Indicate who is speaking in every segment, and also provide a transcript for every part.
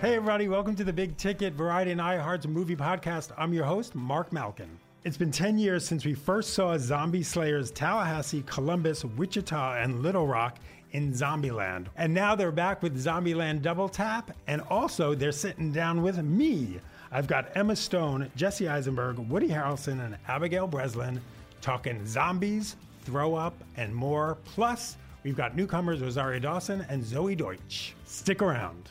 Speaker 1: Hey, everybody, welcome to the Big Ticket Variety and iHeart's movie podcast. I'm your host, Mark Malkin. It's been 10 years since we first saw Zombie Slayers Tallahassee, Columbus, Wichita, and Little Rock in Zombieland. And now they're back with Zombieland Double Tap, and also they're sitting down with me. I've got Emma Stone, Jesse Eisenberg, Woody Harrelson, and Abigail Breslin talking zombies, throw up, and more. Plus, we've got newcomers Rosario Dawson and Zoe Deutsch. Stick around.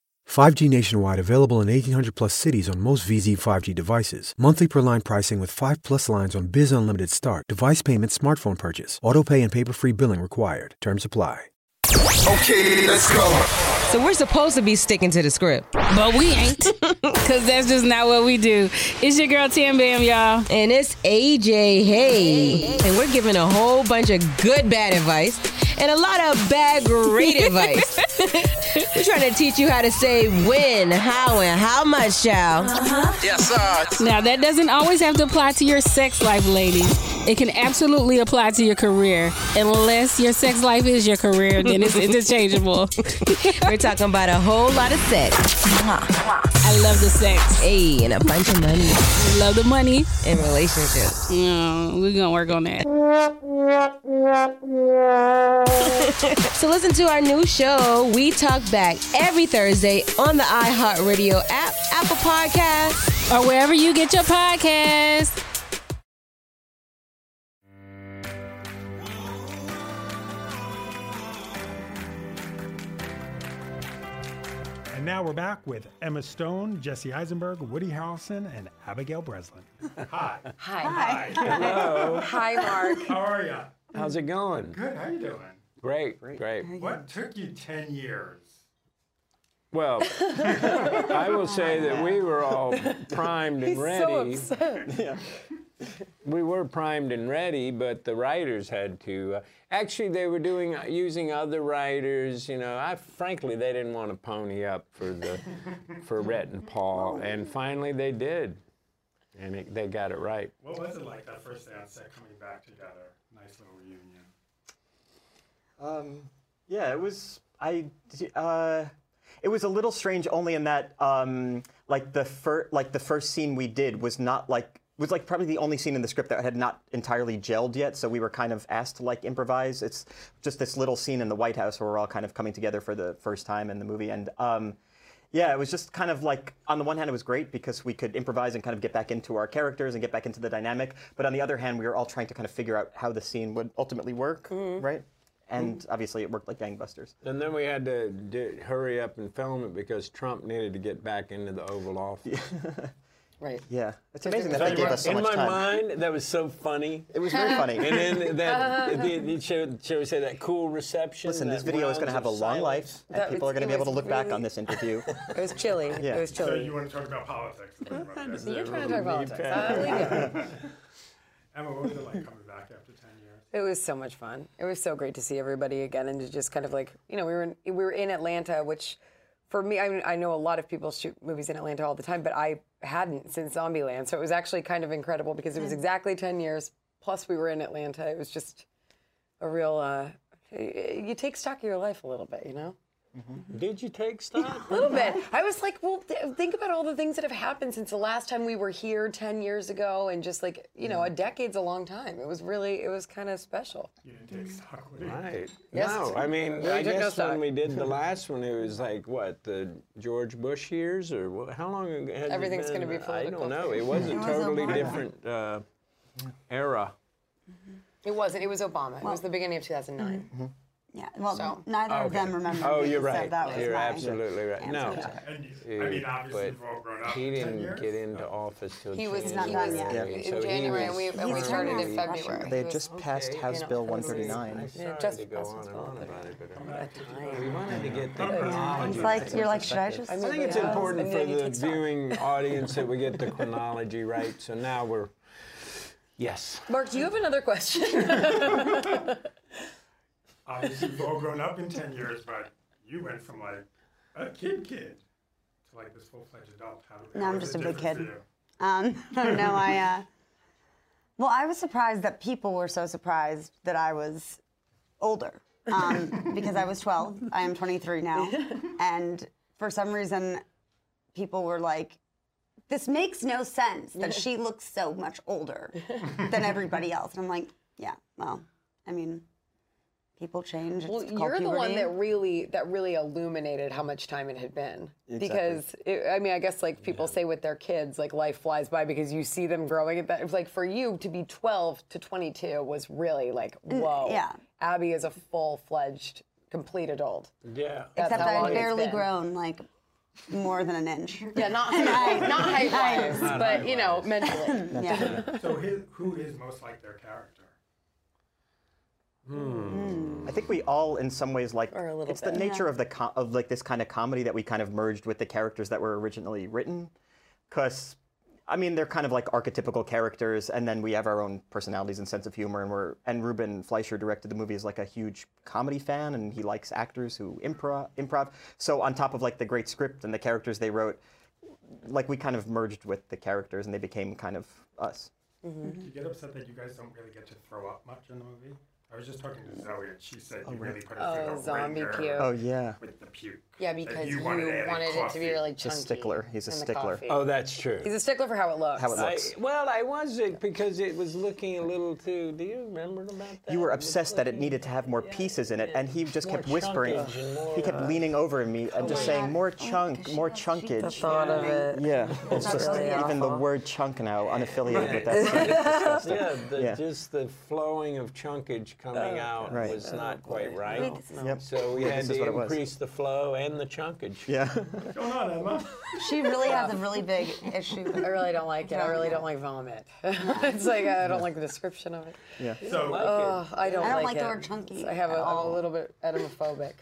Speaker 2: 5G nationwide available in 1800 plus cities on most VZ 5G devices. Monthly per line pricing with 5 plus lines on Biz Unlimited Start. Device payment, smartphone purchase. Auto pay and paper free billing required. Terms apply.
Speaker 3: Okay, let's go.
Speaker 4: So we're supposed to be sticking to the script.
Speaker 5: But we ain't, because that's just not what we do. It's your girl Tam Bam, y'all.
Speaker 4: And it's AJ Hey. And we're giving a whole bunch of good bad advice and a lot of bad great advice. we're trying to teach you how to say when, how, and how much,
Speaker 5: Uh-huh.
Speaker 4: child.
Speaker 3: Yes, sir.
Speaker 5: Now, that doesn't always have to apply to your sex life, ladies. It can absolutely apply to your career. Unless your sex life is your career, then it's interchangeable.
Speaker 4: We're talking about a whole lot of sex.
Speaker 5: I love the sex.
Speaker 4: Hey, and a bunch of money
Speaker 5: I love the money.
Speaker 4: in relationships.
Speaker 5: Mm, we're going to work on that.
Speaker 4: So listen to our new show, We Talk Back, every Thursday on the iHeartRadio app, Apple Podcast.
Speaker 5: Or wherever you get your podcast.
Speaker 1: And now we're back with Emma Stone, Jesse Eisenberg, Woody Harrelson, and Abigail Breslin. Hi.
Speaker 6: Hi. Hi, Mark.
Speaker 1: How are you?
Speaker 7: How's it going?
Speaker 1: Good. How you doing?
Speaker 7: Great, great.
Speaker 1: What took you 10 years?
Speaker 7: Well, I will say that we were all primed and ready. We were primed and ready, but the writers had to. Uh, actually, they were doing uh, using other writers. You know, I frankly they didn't want to pony up for the for Rhett and Paul, and finally they did, and it, they got it right.
Speaker 1: What was it like that first day on set coming back together? Nice little reunion.
Speaker 8: Um, yeah, it was. I. d- Uh, it was a little strange, only in that, um, like the first, like the first scene we did was not like was like probably the only scene in the script that had not entirely gelled yet. So we were kind of asked to like improvise. It's just this little scene in the White House where we're all kind of coming together for the first time in the movie, and um, yeah, it was just kind of like on the one hand it was great because we could improvise and kind of get back into our characters and get back into the dynamic, but on the other hand we were all trying to kind of figure out how the scene would ultimately work, right? And obviously it worked like gangbusters.
Speaker 7: And then we had to do, hurry up and film it because Trump needed to get back into the Oval Office.
Speaker 4: Right.
Speaker 8: Yeah, it's amazing that they gave us so
Speaker 7: In
Speaker 8: much
Speaker 7: my
Speaker 8: time.
Speaker 7: mind, that was so funny.
Speaker 8: it was very funny.
Speaker 7: And then that, the, the, shall, shall we say, that cool reception.
Speaker 8: Listen, this
Speaker 7: that
Speaker 8: video is going to have
Speaker 7: rounds
Speaker 8: a
Speaker 7: of
Speaker 8: long life,
Speaker 7: silence.
Speaker 8: and
Speaker 6: That
Speaker 8: people
Speaker 6: was-
Speaker 8: are going to
Speaker 6: it
Speaker 8: be able to
Speaker 6: was
Speaker 8: look back on
Speaker 6: really-
Speaker 8: this interview.
Speaker 6: It was chilly.
Speaker 8: Yeah.
Speaker 6: It was
Speaker 1: So
Speaker 6: chilly.
Speaker 1: you want to talk about politics? is what you wanna do.
Speaker 6: You're trying to talk politics. I believe you.
Speaker 1: Emma, what was it like coming back after 10 years?
Speaker 6: It was so much fun. It was so great to see everybody again and to just kind of like, you know, we were in, we were in Atlanta, which for me, I, mean, I know a lot of people shoot movies in Atlanta all the time, but I hadn't since Zombieland. So it was actually kind of incredible because it was exactly 10 years. Plus, we were in Atlanta. It was just a real, uh, you take stock of your life a little bit, you know?
Speaker 7: Mm-hmm. Did you take stock?
Speaker 6: A little bit. I was like, well, th- think about all the things that have happened since the last time we were here 10 years ago, and just like, you know, a decade's a long time. It was really, it was kind of special.
Speaker 1: You didn't take stock. Woody.
Speaker 7: Right.
Speaker 6: Yes.
Speaker 7: No, I mean,
Speaker 6: No,
Speaker 7: I
Speaker 6: you took no
Speaker 7: guess
Speaker 6: stock.
Speaker 7: when we did the last one, it was like what the George Bush years, or wha- how long ago? Had it
Speaker 6: Everything's
Speaker 7: been?
Speaker 6: gonna be
Speaker 7: I
Speaker 6: political.
Speaker 7: don't know. It was a totally different uh, era.
Speaker 6: It wasn't. It was Obama. it was the beginning of 2009.
Speaker 9: Mm-hmm. Yeah, well, neither of them remember.
Speaker 7: Oh,
Speaker 9: me,
Speaker 7: you're
Speaker 9: so
Speaker 7: right.
Speaker 9: that was
Speaker 7: you're
Speaker 9: my
Speaker 7: absolutely right.
Speaker 9: answer
Speaker 7: No,
Speaker 9: to it.
Speaker 1: And you, I mean, obviously,
Speaker 7: but
Speaker 1: we've all grown up.
Speaker 7: he
Speaker 1: 10
Speaker 7: didn't
Speaker 1: years.
Speaker 7: get into office till
Speaker 6: He was, he
Speaker 9: not
Speaker 7: January.
Speaker 9: done
Speaker 6: was
Speaker 9: yet.
Speaker 8: Yeah.
Speaker 6: in
Speaker 7: So he
Speaker 6: January,
Speaker 7: was
Speaker 6: and we, and we
Speaker 9: was
Speaker 6: started
Speaker 9: trying
Speaker 6: in
Speaker 9: to-
Speaker 6: February.
Speaker 8: They
Speaker 6: He
Speaker 8: had
Speaker 6: was-
Speaker 8: just passed House
Speaker 6: know,
Speaker 8: Bill
Speaker 6: it was-
Speaker 8: 139.
Speaker 6: Yeah,
Speaker 7: Sorry
Speaker 6: just
Speaker 7: to go
Speaker 6: us
Speaker 7: on
Speaker 6: as
Speaker 7: and
Speaker 6: well,
Speaker 7: on
Speaker 6: but-
Speaker 7: about it, but we wanted to get the
Speaker 9: It's
Speaker 7: chronology.
Speaker 9: like you're like, should I just?
Speaker 7: I think it's
Speaker 6: Yeah.
Speaker 7: important
Speaker 6: And
Speaker 7: for
Speaker 6: then he
Speaker 7: the
Speaker 6: takes off.
Speaker 7: viewing audience that we get the chronology right. So now we're Yes.
Speaker 6: Mark, do you have another question?
Speaker 1: Obviously, we've all grown up in 10 years, but you went from like a kid kid to like this full fledged adult. How,
Speaker 9: No,
Speaker 1: how
Speaker 9: I'm
Speaker 1: was
Speaker 9: just
Speaker 1: it
Speaker 9: a big
Speaker 1: different
Speaker 9: kid.
Speaker 1: for you?
Speaker 9: Um, no, no, I. Uh, well, I was surprised that people were so surprised that I was older um, because I was 12. I am 23 now, and for some reason, people were like, "This makes no sense that she looks so much older than everybody else." And I'm like, "Yeah, well, I mean, people change. It's
Speaker 6: Well,
Speaker 9: called
Speaker 6: you're the one
Speaker 9: puberty."
Speaker 6: that really that really illuminated how much time it had been because it, I mean I guess like people say with their kids like life flies by because you see them growing. At that like for you to be 12 to 22 was really like whoa.
Speaker 9: Mm, yeah.
Speaker 6: Abby is a full fledged complete adult.
Speaker 7: Yeah.
Speaker 6: That's
Speaker 9: except
Speaker 6: how long
Speaker 9: I've
Speaker 6: it's
Speaker 9: barely
Speaker 6: been.
Speaker 9: grown like more than an inch.
Speaker 6: Yeah, not height, not height wise, but you know mentally.
Speaker 9: yeah.
Speaker 1: So, his, who is most like their character?
Speaker 8: I think we all, in some ways, like
Speaker 6: Or a little
Speaker 8: it's
Speaker 6: bit.
Speaker 8: the nature of the co- of like this kind of comedy that we kind of merged with the characters that were originally written, because. I mean, they're kind of like archetypical characters, and then we have our own personalities and sense of humor. And we're and Ruben Fleischer directed the movie is like a huge comedy fan, and he likes actors who improv. Improv. So on top of like the great script and the characters they wrote, like we kind of merged with the characters, and they became kind of us.
Speaker 1: Do you get upset that you guys don't really get to throw up much in the movie? I was just talking to Zoe, and she said you really put it through
Speaker 6: Oh,
Speaker 1: the
Speaker 6: zombie
Speaker 1: wringer
Speaker 6: puke.
Speaker 8: Oh yeah,
Speaker 1: with the puke.
Speaker 6: Yeah,
Speaker 1: that
Speaker 6: because
Speaker 1: you wanted, added
Speaker 6: it to be
Speaker 1: coffee.
Speaker 6: really chunky.
Speaker 8: stickler. He's a
Speaker 6: in the
Speaker 8: stickler.
Speaker 6: coffee.
Speaker 7: Oh, that's true.
Speaker 6: He's a stickler for how it looks.
Speaker 8: how it
Speaker 7: I,
Speaker 8: looks.
Speaker 7: well, I wasn't because it was looking a little too. Do you remember about that?
Speaker 8: You were
Speaker 7: It was
Speaker 8: obsessed that it
Speaker 7: looking-
Speaker 8: needed to have more pieces in it, and he just
Speaker 7: More
Speaker 8: kept whispering.
Speaker 7: chunkage and more,
Speaker 8: He kept
Speaker 7: uh, Oh
Speaker 8: leaning over me and just saying, "More chunk, more
Speaker 10: The
Speaker 8: chunkage."
Speaker 10: thought of it.
Speaker 8: Yeah, it's
Speaker 10: That's
Speaker 8: just
Speaker 10: really
Speaker 8: even the
Speaker 10: awful.
Speaker 8: word chunk now unaffiliated with that. sound. It's disgusting.
Speaker 7: Yeah, the,
Speaker 8: Yeah.
Speaker 7: just the flowing of chunkage coming out
Speaker 8: Right.
Speaker 7: was not quite right.
Speaker 8: Yep.
Speaker 7: So we had
Speaker 8: this is what it
Speaker 7: to
Speaker 8: was.
Speaker 7: increase the flow and the chunkage.
Speaker 8: Yeah.
Speaker 1: What's going on, Emma?
Speaker 9: She really has a really big issue. with-
Speaker 6: I really don't like it. I really don't like vomit. it's like I don't like the description of it.
Speaker 1: So,
Speaker 6: Oh, I don't.
Speaker 9: I don't
Speaker 6: like,
Speaker 9: like the
Speaker 6: it.
Speaker 9: word chunky
Speaker 6: I have
Speaker 9: at
Speaker 6: a, I'm a
Speaker 9: all.
Speaker 6: little bit edamophobic.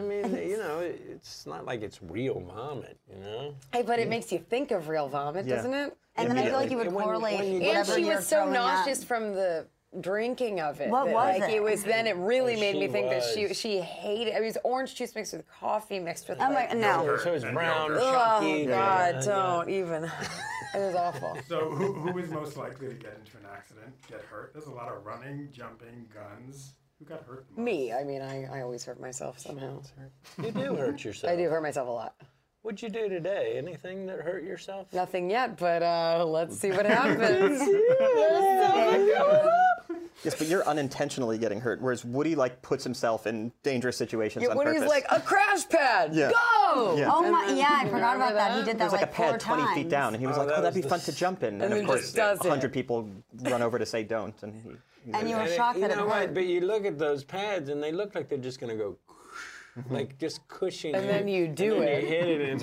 Speaker 7: mean, uh, you know, it- it's not like it's real vomit, you know?
Speaker 6: Hey, but it makes you think of real vomit,
Speaker 8: Yeah.
Speaker 6: doesn't it?
Speaker 9: And then I feel like you
Speaker 7: Immediately.
Speaker 9: would
Speaker 7: When-
Speaker 9: correlate
Speaker 7: when you- And
Speaker 6: And
Speaker 9: whatever
Speaker 6: she
Speaker 9: you're
Speaker 6: was so
Speaker 9: throwing up.
Speaker 6: nauseous from the drinking of it.
Speaker 9: What
Speaker 6: that,
Speaker 9: was
Speaker 6: like,
Speaker 9: it?
Speaker 6: was then it really made me
Speaker 7: she
Speaker 6: think that she
Speaker 7: was.
Speaker 6: she hated. I mean, it was orange juice mixed with coffee mixed with.
Speaker 9: I'm like, no.
Speaker 7: So it's
Speaker 1: And
Speaker 7: brown,
Speaker 1: yogurt.
Speaker 7: chunky.
Speaker 6: Oh, God, don't even. it was awful.
Speaker 1: so who, who is most likely to get into an accident, get hurt? There's a lot of running, jumping, guns. Who got hurt the most?
Speaker 6: Me, I mean, I, I always hurt myself somehow.
Speaker 7: You do hurt yourself.
Speaker 6: I do hurt myself a lot.
Speaker 7: What'd you do today? Anything that hurt yourself?
Speaker 6: Nothing yet, but uh, let's see what happens.
Speaker 8: Yes, but you're unintentionally getting hurt, whereas Woody like puts himself in dangerous situations on
Speaker 6: when
Speaker 8: purpose.
Speaker 6: he's like a crash pad,
Speaker 8: Yeah.
Speaker 6: go.
Speaker 8: Yeah.
Speaker 9: Oh my, yeah, I forgot about that. He did that
Speaker 8: There's like a
Speaker 9: like four
Speaker 8: pad 20
Speaker 9: times.
Speaker 8: feet down, and he was
Speaker 7: Oh,
Speaker 8: like,
Speaker 7: that
Speaker 8: "Oh, that'd
Speaker 7: was
Speaker 8: be
Speaker 7: the
Speaker 8: fun
Speaker 7: s-
Speaker 8: to jump in." And,
Speaker 6: then
Speaker 8: of
Speaker 6: he
Speaker 8: course,
Speaker 6: just does it.
Speaker 8: 100 people run over to say don't, and he. he
Speaker 9: And you were
Speaker 7: And it-
Speaker 9: shocked
Speaker 7: you
Speaker 9: that it
Speaker 7: know what?
Speaker 9: hurt.
Speaker 7: But you look at those pads and they look like they're just going to go
Speaker 8: Mm-hmm.
Speaker 7: like just cushioning.
Speaker 6: And then you do
Speaker 7: and then
Speaker 6: it.
Speaker 7: You hit it and it's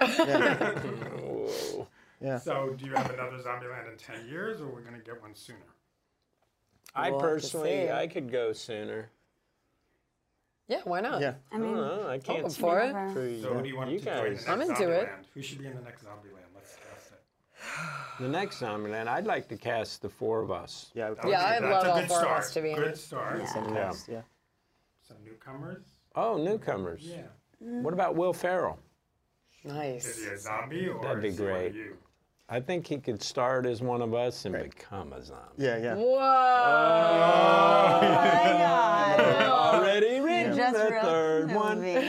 Speaker 7: like. Whoa.
Speaker 1: So, do you have another Zombieland in 10 years, or we're going to get one sooner?
Speaker 7: I
Speaker 6: We'll have to see.
Speaker 7: personally, I could go sooner.
Speaker 6: Yeah, why not?
Speaker 8: yeah.
Speaker 7: I, don't know. I can't
Speaker 6: I'm
Speaker 7: speak
Speaker 6: for it.
Speaker 7: for you.
Speaker 1: So, who do you want
Speaker 7: you
Speaker 1: to join the
Speaker 7: guys.
Speaker 1: next
Speaker 6: I'm into it.
Speaker 1: Zombieland? Who should be in the next Zombieland? Let's discuss it.
Speaker 7: The next Zombieland, I'd like to cast the four of us.
Speaker 8: Yeah.
Speaker 1: That would
Speaker 6: Yeah,
Speaker 1: be-
Speaker 6: I'd
Speaker 1: that's
Speaker 6: love
Speaker 1: a
Speaker 6: all
Speaker 1: good
Speaker 6: four of
Speaker 1: start.
Speaker 6: us to be in
Speaker 1: Good
Speaker 6: it.
Speaker 1: start.
Speaker 8: yeah. yeah.
Speaker 1: Some newcomers.
Speaker 7: Oh, newcomers.
Speaker 1: Yeah.
Speaker 7: What about Will Ferrell?
Speaker 1: Is
Speaker 6: Mm. Nice.
Speaker 1: he a zombie or
Speaker 7: That'd be
Speaker 1: is he one of
Speaker 7: great.
Speaker 1: you?
Speaker 7: I think he could start as one of us and become a zombie. Oh!
Speaker 8: Yeah, yeah.
Speaker 7: Already written
Speaker 9: Just
Speaker 7: the
Speaker 9: real
Speaker 7: third one.
Speaker 9: movie.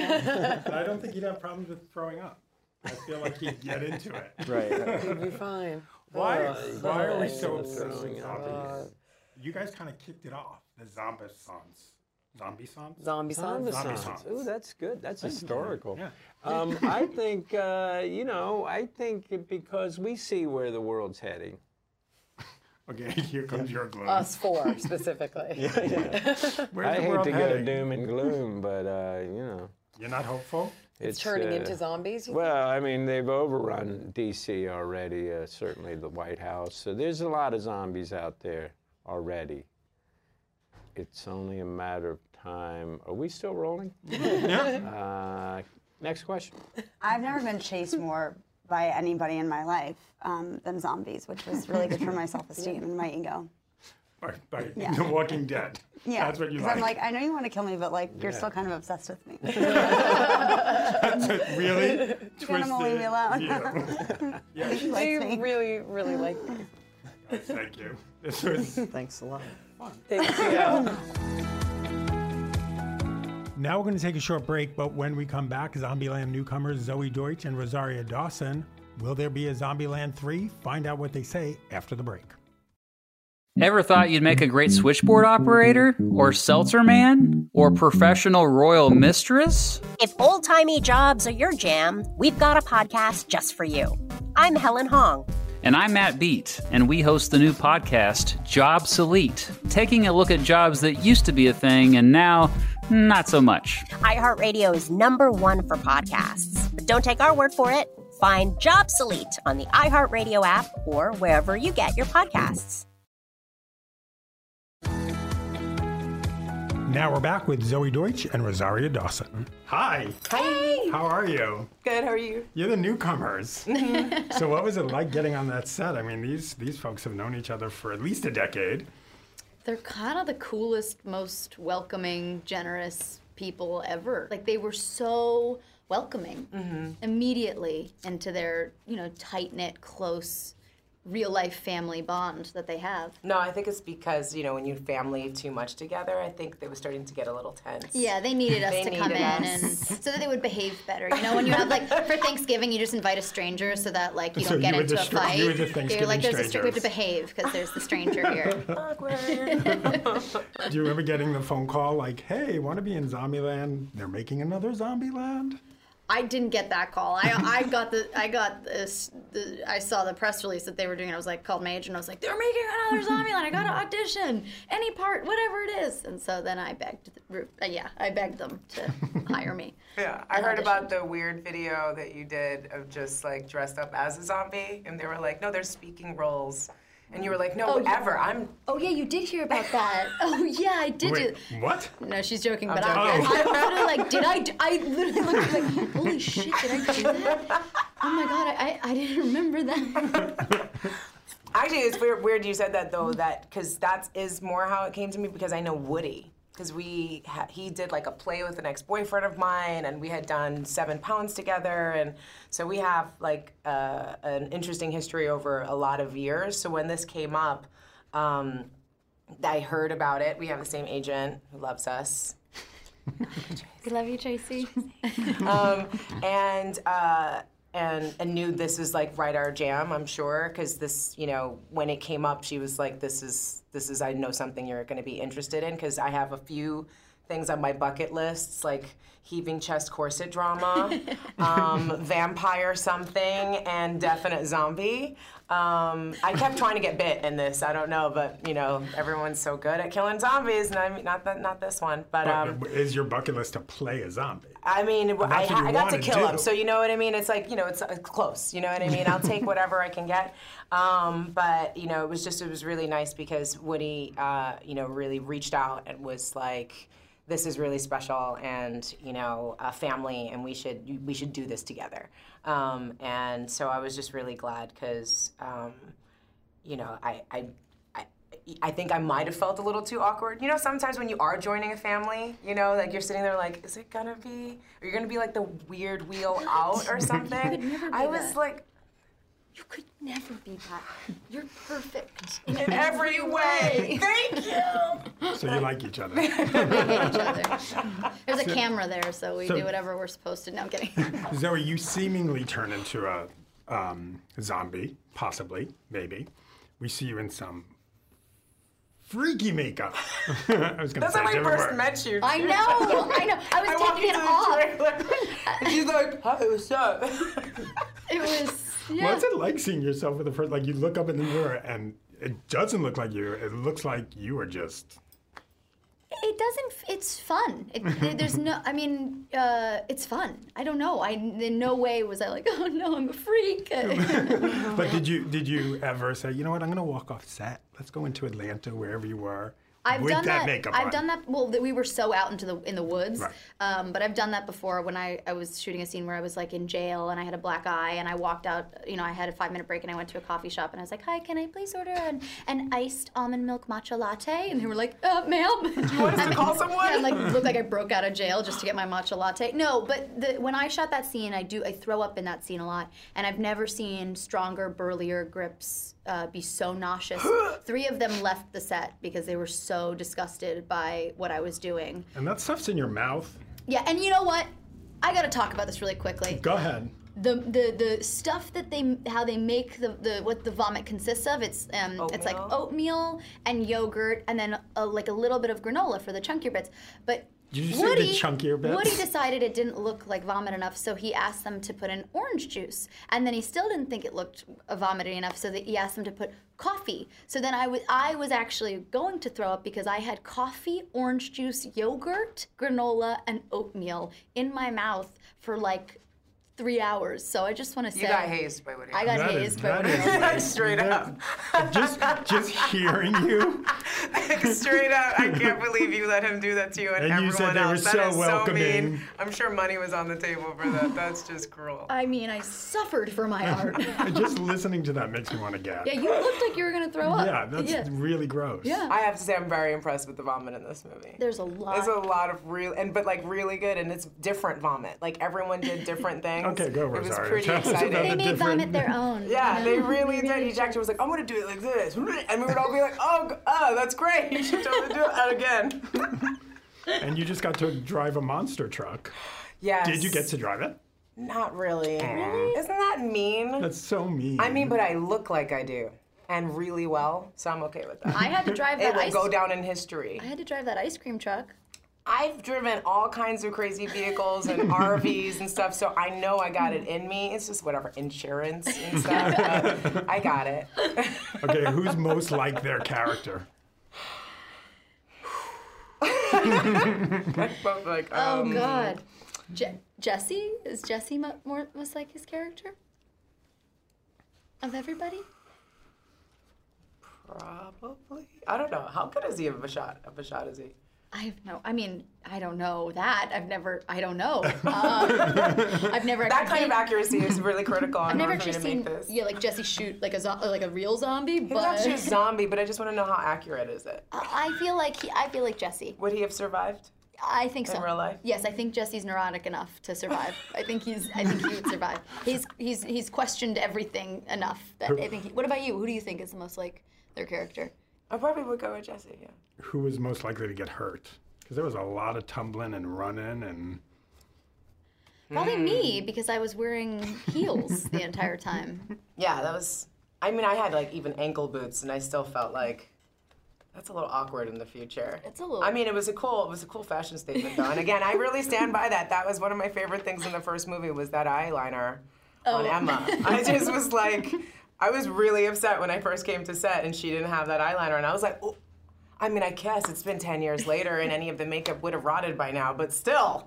Speaker 1: But I don't think he'd have problems with throwing up. I feel like he'd get into it.
Speaker 8: Right. right.
Speaker 6: You'd be fine.
Speaker 1: Why, why are we
Speaker 7: Zombie
Speaker 1: so
Speaker 7: with
Speaker 1: obsessed with
Speaker 7: throwing up.
Speaker 1: zombies? You guys kind of kicked it off. The zombie songs. Zombie songs?
Speaker 6: Zombie
Speaker 7: Zombie
Speaker 6: songs.
Speaker 1: Zombie
Speaker 7: songs.
Speaker 1: songs.
Speaker 7: Ooh, that's good. That's historical.
Speaker 1: Yeah.
Speaker 7: Um, I think, uh, you know, I think it- because we see where the world's heading.
Speaker 1: Okay, here comes your gloom.
Speaker 6: Us four specifically.
Speaker 1: Where's
Speaker 7: I
Speaker 1: the
Speaker 7: hate
Speaker 1: world
Speaker 7: to go
Speaker 1: heading?
Speaker 7: doom and gloom, but, uh, you know,
Speaker 1: You're not hopeful?
Speaker 7: it's,
Speaker 6: Turning
Speaker 7: uh,
Speaker 6: into zombies. you
Speaker 7: Well, I mean, they've overrun D.C. already, uh, certainly the White House. So there's a lot of zombies out there already. It's only a matter of time. Are we still rolling? Uh, next question.
Speaker 9: I've never been chased more by anybody in my life um, than zombies, which was really good for my self-esteem and my ego.
Speaker 1: By, by The Walking Dead.
Speaker 9: Yeah,
Speaker 1: That's what you
Speaker 9: 'cause
Speaker 1: like.
Speaker 9: I'm like, I know you want to kill me, but like, you're still kind of obsessed with me. You're
Speaker 1: really?
Speaker 9: gonna leave me
Speaker 1: Twisted.
Speaker 9: alone.
Speaker 1: Yeah.
Speaker 9: She
Speaker 1: yeah.
Speaker 9: likes
Speaker 6: They
Speaker 9: me.
Speaker 6: really, really like me.
Speaker 1: Thank you. This was
Speaker 8: Thanks a lot.
Speaker 6: Thank you.
Speaker 1: Now we're going to take a short break, but when we come back, Zombieland newcomers Zoe Deutsch and Rosaria Dawson. Will there be a Zombieland 3? Find out what they say after the break.
Speaker 10: Ever thought you'd make a great switchboard operator? Or seltzer man? Or professional royal mistress?
Speaker 11: If old timey jobs are your jam, we've got a podcast just for you. I'm Helen Hong.
Speaker 10: And I'm Matt Beat, and we host the new podcast, Job Selete, taking a look at jobs that used to be a thing and now not so much.
Speaker 11: iHeartRadio is number one for podcasts. But don't take our word for it. Find Jobsolete on the iHeartRadio app or wherever you get your podcasts.
Speaker 1: Now we're back with Zoe Deutsch and Rosaria Dawson. Hi. Hi. How are you?
Speaker 6: Good. How are you? Mm-hmm.
Speaker 1: You're the newcomers. so what was it like getting on that set? I mean, these these folks have known each other for at least a decade.
Speaker 12: They're kind of the coolest, most welcoming, generous people ever. Like they were so welcoming
Speaker 6: Mm-hmm.
Speaker 12: immediately into their, you know, tight knit, close, real life family bond that they have.
Speaker 13: No, I think it's because you know when you family too much together, I think they were starting to get a little tense.
Speaker 12: Yeah, they needed us
Speaker 13: They
Speaker 12: to come
Speaker 13: needed
Speaker 12: in
Speaker 13: us.
Speaker 12: and so that they would behave better. You know, when you have like for Thanksgiving, you just invite a stranger so that like you
Speaker 1: So
Speaker 12: don't get
Speaker 1: you were
Speaker 12: into
Speaker 1: the
Speaker 12: a
Speaker 1: str- you
Speaker 12: fight.
Speaker 1: were the
Speaker 12: They're
Speaker 1: Thanksgiving
Speaker 12: like, there's a stranger. We have to
Speaker 1: strangers.
Speaker 12: behave because there's the stranger here.
Speaker 1: Do you remember getting the phone call like, "Hey, want to be in Zombieland? They're making another Zombieland."
Speaker 12: I didn't get that call. I, I got the I got this. The, I saw the press release that they were doing. And I was like, called my agent. I was like, they're making another zombie line. I got to audition any part, whatever it is. And so then I begged. the- Uh, yeah, I begged them to hire me.
Speaker 13: Yeah, I heard about the weird video that you did of just like dressed up as a zombie, and they were like, "No, they're speaking roles," and you were like, "No,
Speaker 12: Oh, yeah.
Speaker 13: ever. I'm
Speaker 12: Oh yeah, you did hear about that. Oh yeah, I did.
Speaker 1: Wait,
Speaker 12: do-
Speaker 1: what?
Speaker 12: No, she's joking, but
Speaker 13: joking.
Speaker 12: I, I, literally like, did I? d- I literally looked like, holy shit, did I do that? Oh my god, I, I, I didn't remember that.
Speaker 13: Actually, it's weird, weird you said that though, that because that is more how it came to me because I know Woody. Because we ha- he did like a play with an ex boyfriend of mine, and we had done Seven Pounds together, and so we have like uh, an interesting history over a lot of years. So when this came up, um, I heard about it. We have the same agent who loves us.
Speaker 12: We love you, Tracy.
Speaker 13: um, and uh, and and knew this was like right our jam. I'm sure because this, you know, when it came up, she was like, "This is this is I know something you're going to be interested in." Because I have a few things on my bucket lists, like heaving chest corset drama, um, vampire something, and definite zombie. Um, I kept trying to get bit in this. I don't know, but you know, everyone's so good at killing zombies, and I mean, not that not this one, but um,
Speaker 1: Is your bucket list to play a zombie?
Speaker 13: I mean, I,
Speaker 1: that's what
Speaker 13: ha-
Speaker 1: you
Speaker 13: I got to
Speaker 1: wanna
Speaker 13: kill
Speaker 1: do.
Speaker 13: him, so you know what I mean. It's like you know, it's uh, close. You know what I mean. I'll take whatever I can get. Um, but you know, it was just it was really nice because Woody, uh, you know, really reached out and was like, "This is really special, and you know, a family, and we should we should do this together." Um, and so I was just really glad because. Um, you know, I, I, I, I think I might have felt a little too awkward. You know, sometimes when you are joining a family, you know, like you're sitting there like, is it gonna be, are you gonna be like the weird wheel out or something?
Speaker 12: never
Speaker 13: I
Speaker 12: be
Speaker 13: was
Speaker 12: that.
Speaker 13: like,
Speaker 12: You could never be that. You're perfect in
Speaker 13: in every way. Thank you.
Speaker 1: So you like each other.
Speaker 12: each other. There's a camera there, so we
Speaker 1: So-
Speaker 12: do whatever we're supposed to. No, I'm kidding.
Speaker 1: Zoe, you seemingly turn into a um, zombie, possibly, maybe. We see you in some freaky makeup. I was going to
Speaker 13: That's
Speaker 1: say
Speaker 13: when
Speaker 1: a
Speaker 13: I
Speaker 1: different
Speaker 13: first
Speaker 1: word.
Speaker 13: met you.
Speaker 12: I know, I know. I was
Speaker 13: I walked
Speaker 12: taking it
Speaker 13: into
Speaker 12: off.
Speaker 13: the trailer, and she's like, "Hi, what's up?"
Speaker 12: It was. Yeah.
Speaker 1: What's it like seeing yourself for the first? Like you look up in the mirror and it doesn't look like you. It looks like you are just.
Speaker 12: It doesn't. f- It's fun. It, th- there's no. I mean, uh, it's fun. I don't know. I in no way was I like, oh no, I'm a freak.
Speaker 13: Oh,
Speaker 1: But did you did you ever say, you know what? I'm going to walk off set. Let's go into Atlanta, wherever you were.
Speaker 12: I've
Speaker 1: with
Speaker 12: done
Speaker 1: that,
Speaker 12: that.
Speaker 1: makeup
Speaker 12: I've
Speaker 1: on.
Speaker 12: done that. Well, that we were so out into the in the woods,
Speaker 1: Right.
Speaker 12: um, but I've done that before. When I, I was shooting a scene where I was like in jail and I had a black eye and I walked out. You know, I had a five minute break and I went to a coffee shop and I was like, "Hi, can I please order an, an iced almond milk matcha latte?" And they were like, uh, "Ma'am, do you want us to call someone?" Yeah, like looked like I broke out of jail just to get my matcha latte. No, but the, when I shot that scene, I do I throw up in that scene a lot, and I've never seen stronger, burlier grips uh, be so nauseous. Three of them left the set because they were so disgusted by what I was doing.
Speaker 1: And that stuff's in your mouth.
Speaker 12: Yeah, and you know what? I got to talk about this really quickly
Speaker 1: Go ahead.
Speaker 12: the the the stuff that they how they make the, the what the vomit consists of it's um it's like oatmeal and yogurt and then uh like a little bit of granola for the chunkier bits but
Speaker 1: Did you say the
Speaker 12: Woody,
Speaker 1: chunkier bits?
Speaker 12: Woody decided it didn't look like vomit enough, so he asked them to put in orange juice. And then he still didn't think it looked uh, vomity enough, so that he asked them to put coffee. So then I was I was actually going to throw up because I had coffee, orange juice, yogurt, granola, and oatmeal in my mouth for like three hours. So I just want to say
Speaker 13: You got hazed by Woody.
Speaker 12: I got
Speaker 1: That is-
Speaker 12: hazed by Woody.
Speaker 1: that is-
Speaker 12: Allen.
Speaker 13: Straight up.
Speaker 1: Just just hearing you,
Speaker 13: Straight up. I can't believe you let him do that to you and,
Speaker 1: And
Speaker 13: everyone
Speaker 1: you said they were
Speaker 13: else.
Speaker 1: so
Speaker 13: that is so
Speaker 1: welcoming.
Speaker 13: mean. I'm sure money was on the table for that. That's just cruel.
Speaker 12: I mean, I suffered for my art.
Speaker 1: just listening to that makes me want to gag.
Speaker 12: yeah, you looked like you were gonna throw up.
Speaker 1: Yeah, that's
Speaker 12: Yeah.
Speaker 1: really gross.
Speaker 12: Yeah.
Speaker 13: I have to say I'm very impressed with the vomit in this movie.
Speaker 12: There's a lot.
Speaker 13: There's a lot of real and but like really good and it's different vomit. Like everyone did different things.
Speaker 1: Okay, go,
Speaker 13: It was
Speaker 1: Rosario.
Speaker 13: pretty
Speaker 1: Tell us about
Speaker 13: exciting.
Speaker 1: the They made different- vomit
Speaker 12: their own.
Speaker 13: Yeah,
Speaker 12: you know?
Speaker 13: they really did. Each actor was like, I'm gonna do it like this, and we would all be like, Oh, g- oh, that's great. You should totally do that again.
Speaker 1: And you just got to drive a monster truck.
Speaker 13: Yes.
Speaker 1: Did you get to drive it?
Speaker 13: Not really. Isn't that mean?
Speaker 1: That's so mean.
Speaker 13: I mean, but I look like I do, and really well, so I'm okay with that.
Speaker 12: I had to drive
Speaker 13: It
Speaker 12: that
Speaker 13: will
Speaker 12: ice-
Speaker 13: go down in history.
Speaker 12: I had to drive that ice cream truck.
Speaker 13: I've driven all kinds of crazy vehicles and RVs and stuff, so I know I got it in me. It's just whatever insurance and stuff. but I got it.
Speaker 1: Okay, who's most like their character?
Speaker 13: But like,
Speaker 12: Oh
Speaker 13: um,
Speaker 12: God, Je- Jesse is Jesse mo- more most like his character of everybody.
Speaker 13: Probably. I don't know. How good is he of a shot? Of a shot is he?
Speaker 12: I have no. I mean, I don't know that. I've never. I don't know. Um, I've never.
Speaker 13: That
Speaker 12: actually
Speaker 13: kind of accuracy is really critical.
Speaker 12: I've
Speaker 13: in
Speaker 12: never
Speaker 13: order for me
Speaker 12: actually
Speaker 13: to make
Speaker 12: seen.
Speaker 13: this.
Speaker 12: Yeah, like Jesse shoot like a zo- like a real zombie,
Speaker 13: He's not
Speaker 12: but
Speaker 13: actually a zombie, but I just want to know how accurate is it.
Speaker 12: I I feel like he, I feel like Jesse.
Speaker 13: Would he have survived?
Speaker 12: I think so.
Speaker 13: In real life?
Speaker 12: Yes, I think Jesse's neurotic enough to survive. I think he's. I think he would survive. He's he's he's questioned everything enough that I think. He, what about you? Who do you think is the most like their character?
Speaker 13: I probably would go with Jesse. Yeah.
Speaker 1: Who was most likely to get hurt? Because there was a lot of tumbling and running and.
Speaker 12: Probably me
Speaker 13: Hmm.
Speaker 12: because I was wearing heels the entire time.
Speaker 13: Yeah, that was. I mean, I had like even ankle boots, and I still felt like that's a little awkward in the future. It's
Speaker 12: a little-
Speaker 13: I mean, it was a cool. It was a cool fashion statement, though. And again, I really stand by that. That was one of my favorite things in the first movie was that eyeliner
Speaker 12: Oh.
Speaker 13: on Emma. I just was like, I was really upset when I first came to set, and she didn't have that eyeliner, and I was like, oh. I mean, I guess it's been 10 years later and any of the makeup would have rotted by now, but still,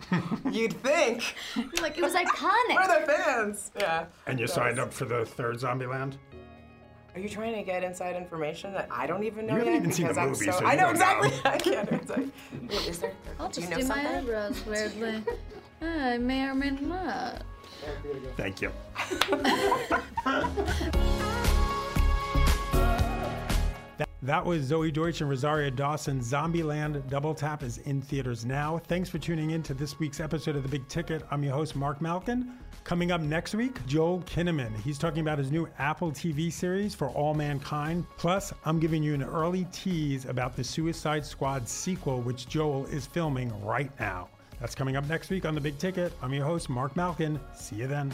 Speaker 13: you'd think.
Speaker 12: Like it was iconic.
Speaker 13: For the fans. Yeah.
Speaker 1: And you
Speaker 13: That was-
Speaker 1: signed up for the third Zombieland?
Speaker 13: Are you trying to get inside information that I don't even know
Speaker 1: You haven't
Speaker 13: yet?
Speaker 1: even seen the
Speaker 13: I'm
Speaker 1: movie,
Speaker 13: so,
Speaker 1: so
Speaker 13: I
Speaker 1: you
Speaker 13: know
Speaker 1: don't
Speaker 13: exactly.
Speaker 1: know.
Speaker 13: I can't. It's like, wait, is there?
Speaker 12: I'll
Speaker 13: do
Speaker 12: just
Speaker 13: you
Speaker 12: do,
Speaker 13: know something?
Speaker 12: my eyebrows weirdly. Ah, I may or may not.
Speaker 1: Thank you. That- That was Zoe Deutsch and Rosaria Dawson. Zombieland Double Tap is in theaters now. Thanks for tuning in to this week's episode of The Big Ticket. I'm your host, Mark Malkin. Coming up next week, Joel Kinnaman. He's talking about his new Apple TV series for all mankind. Plus, I'm giving you an early tease about the Suicide Squad sequel, which Joel is filming right now. That's coming up next week on The Big Ticket. I'm your host, Mark Malkin. See you then.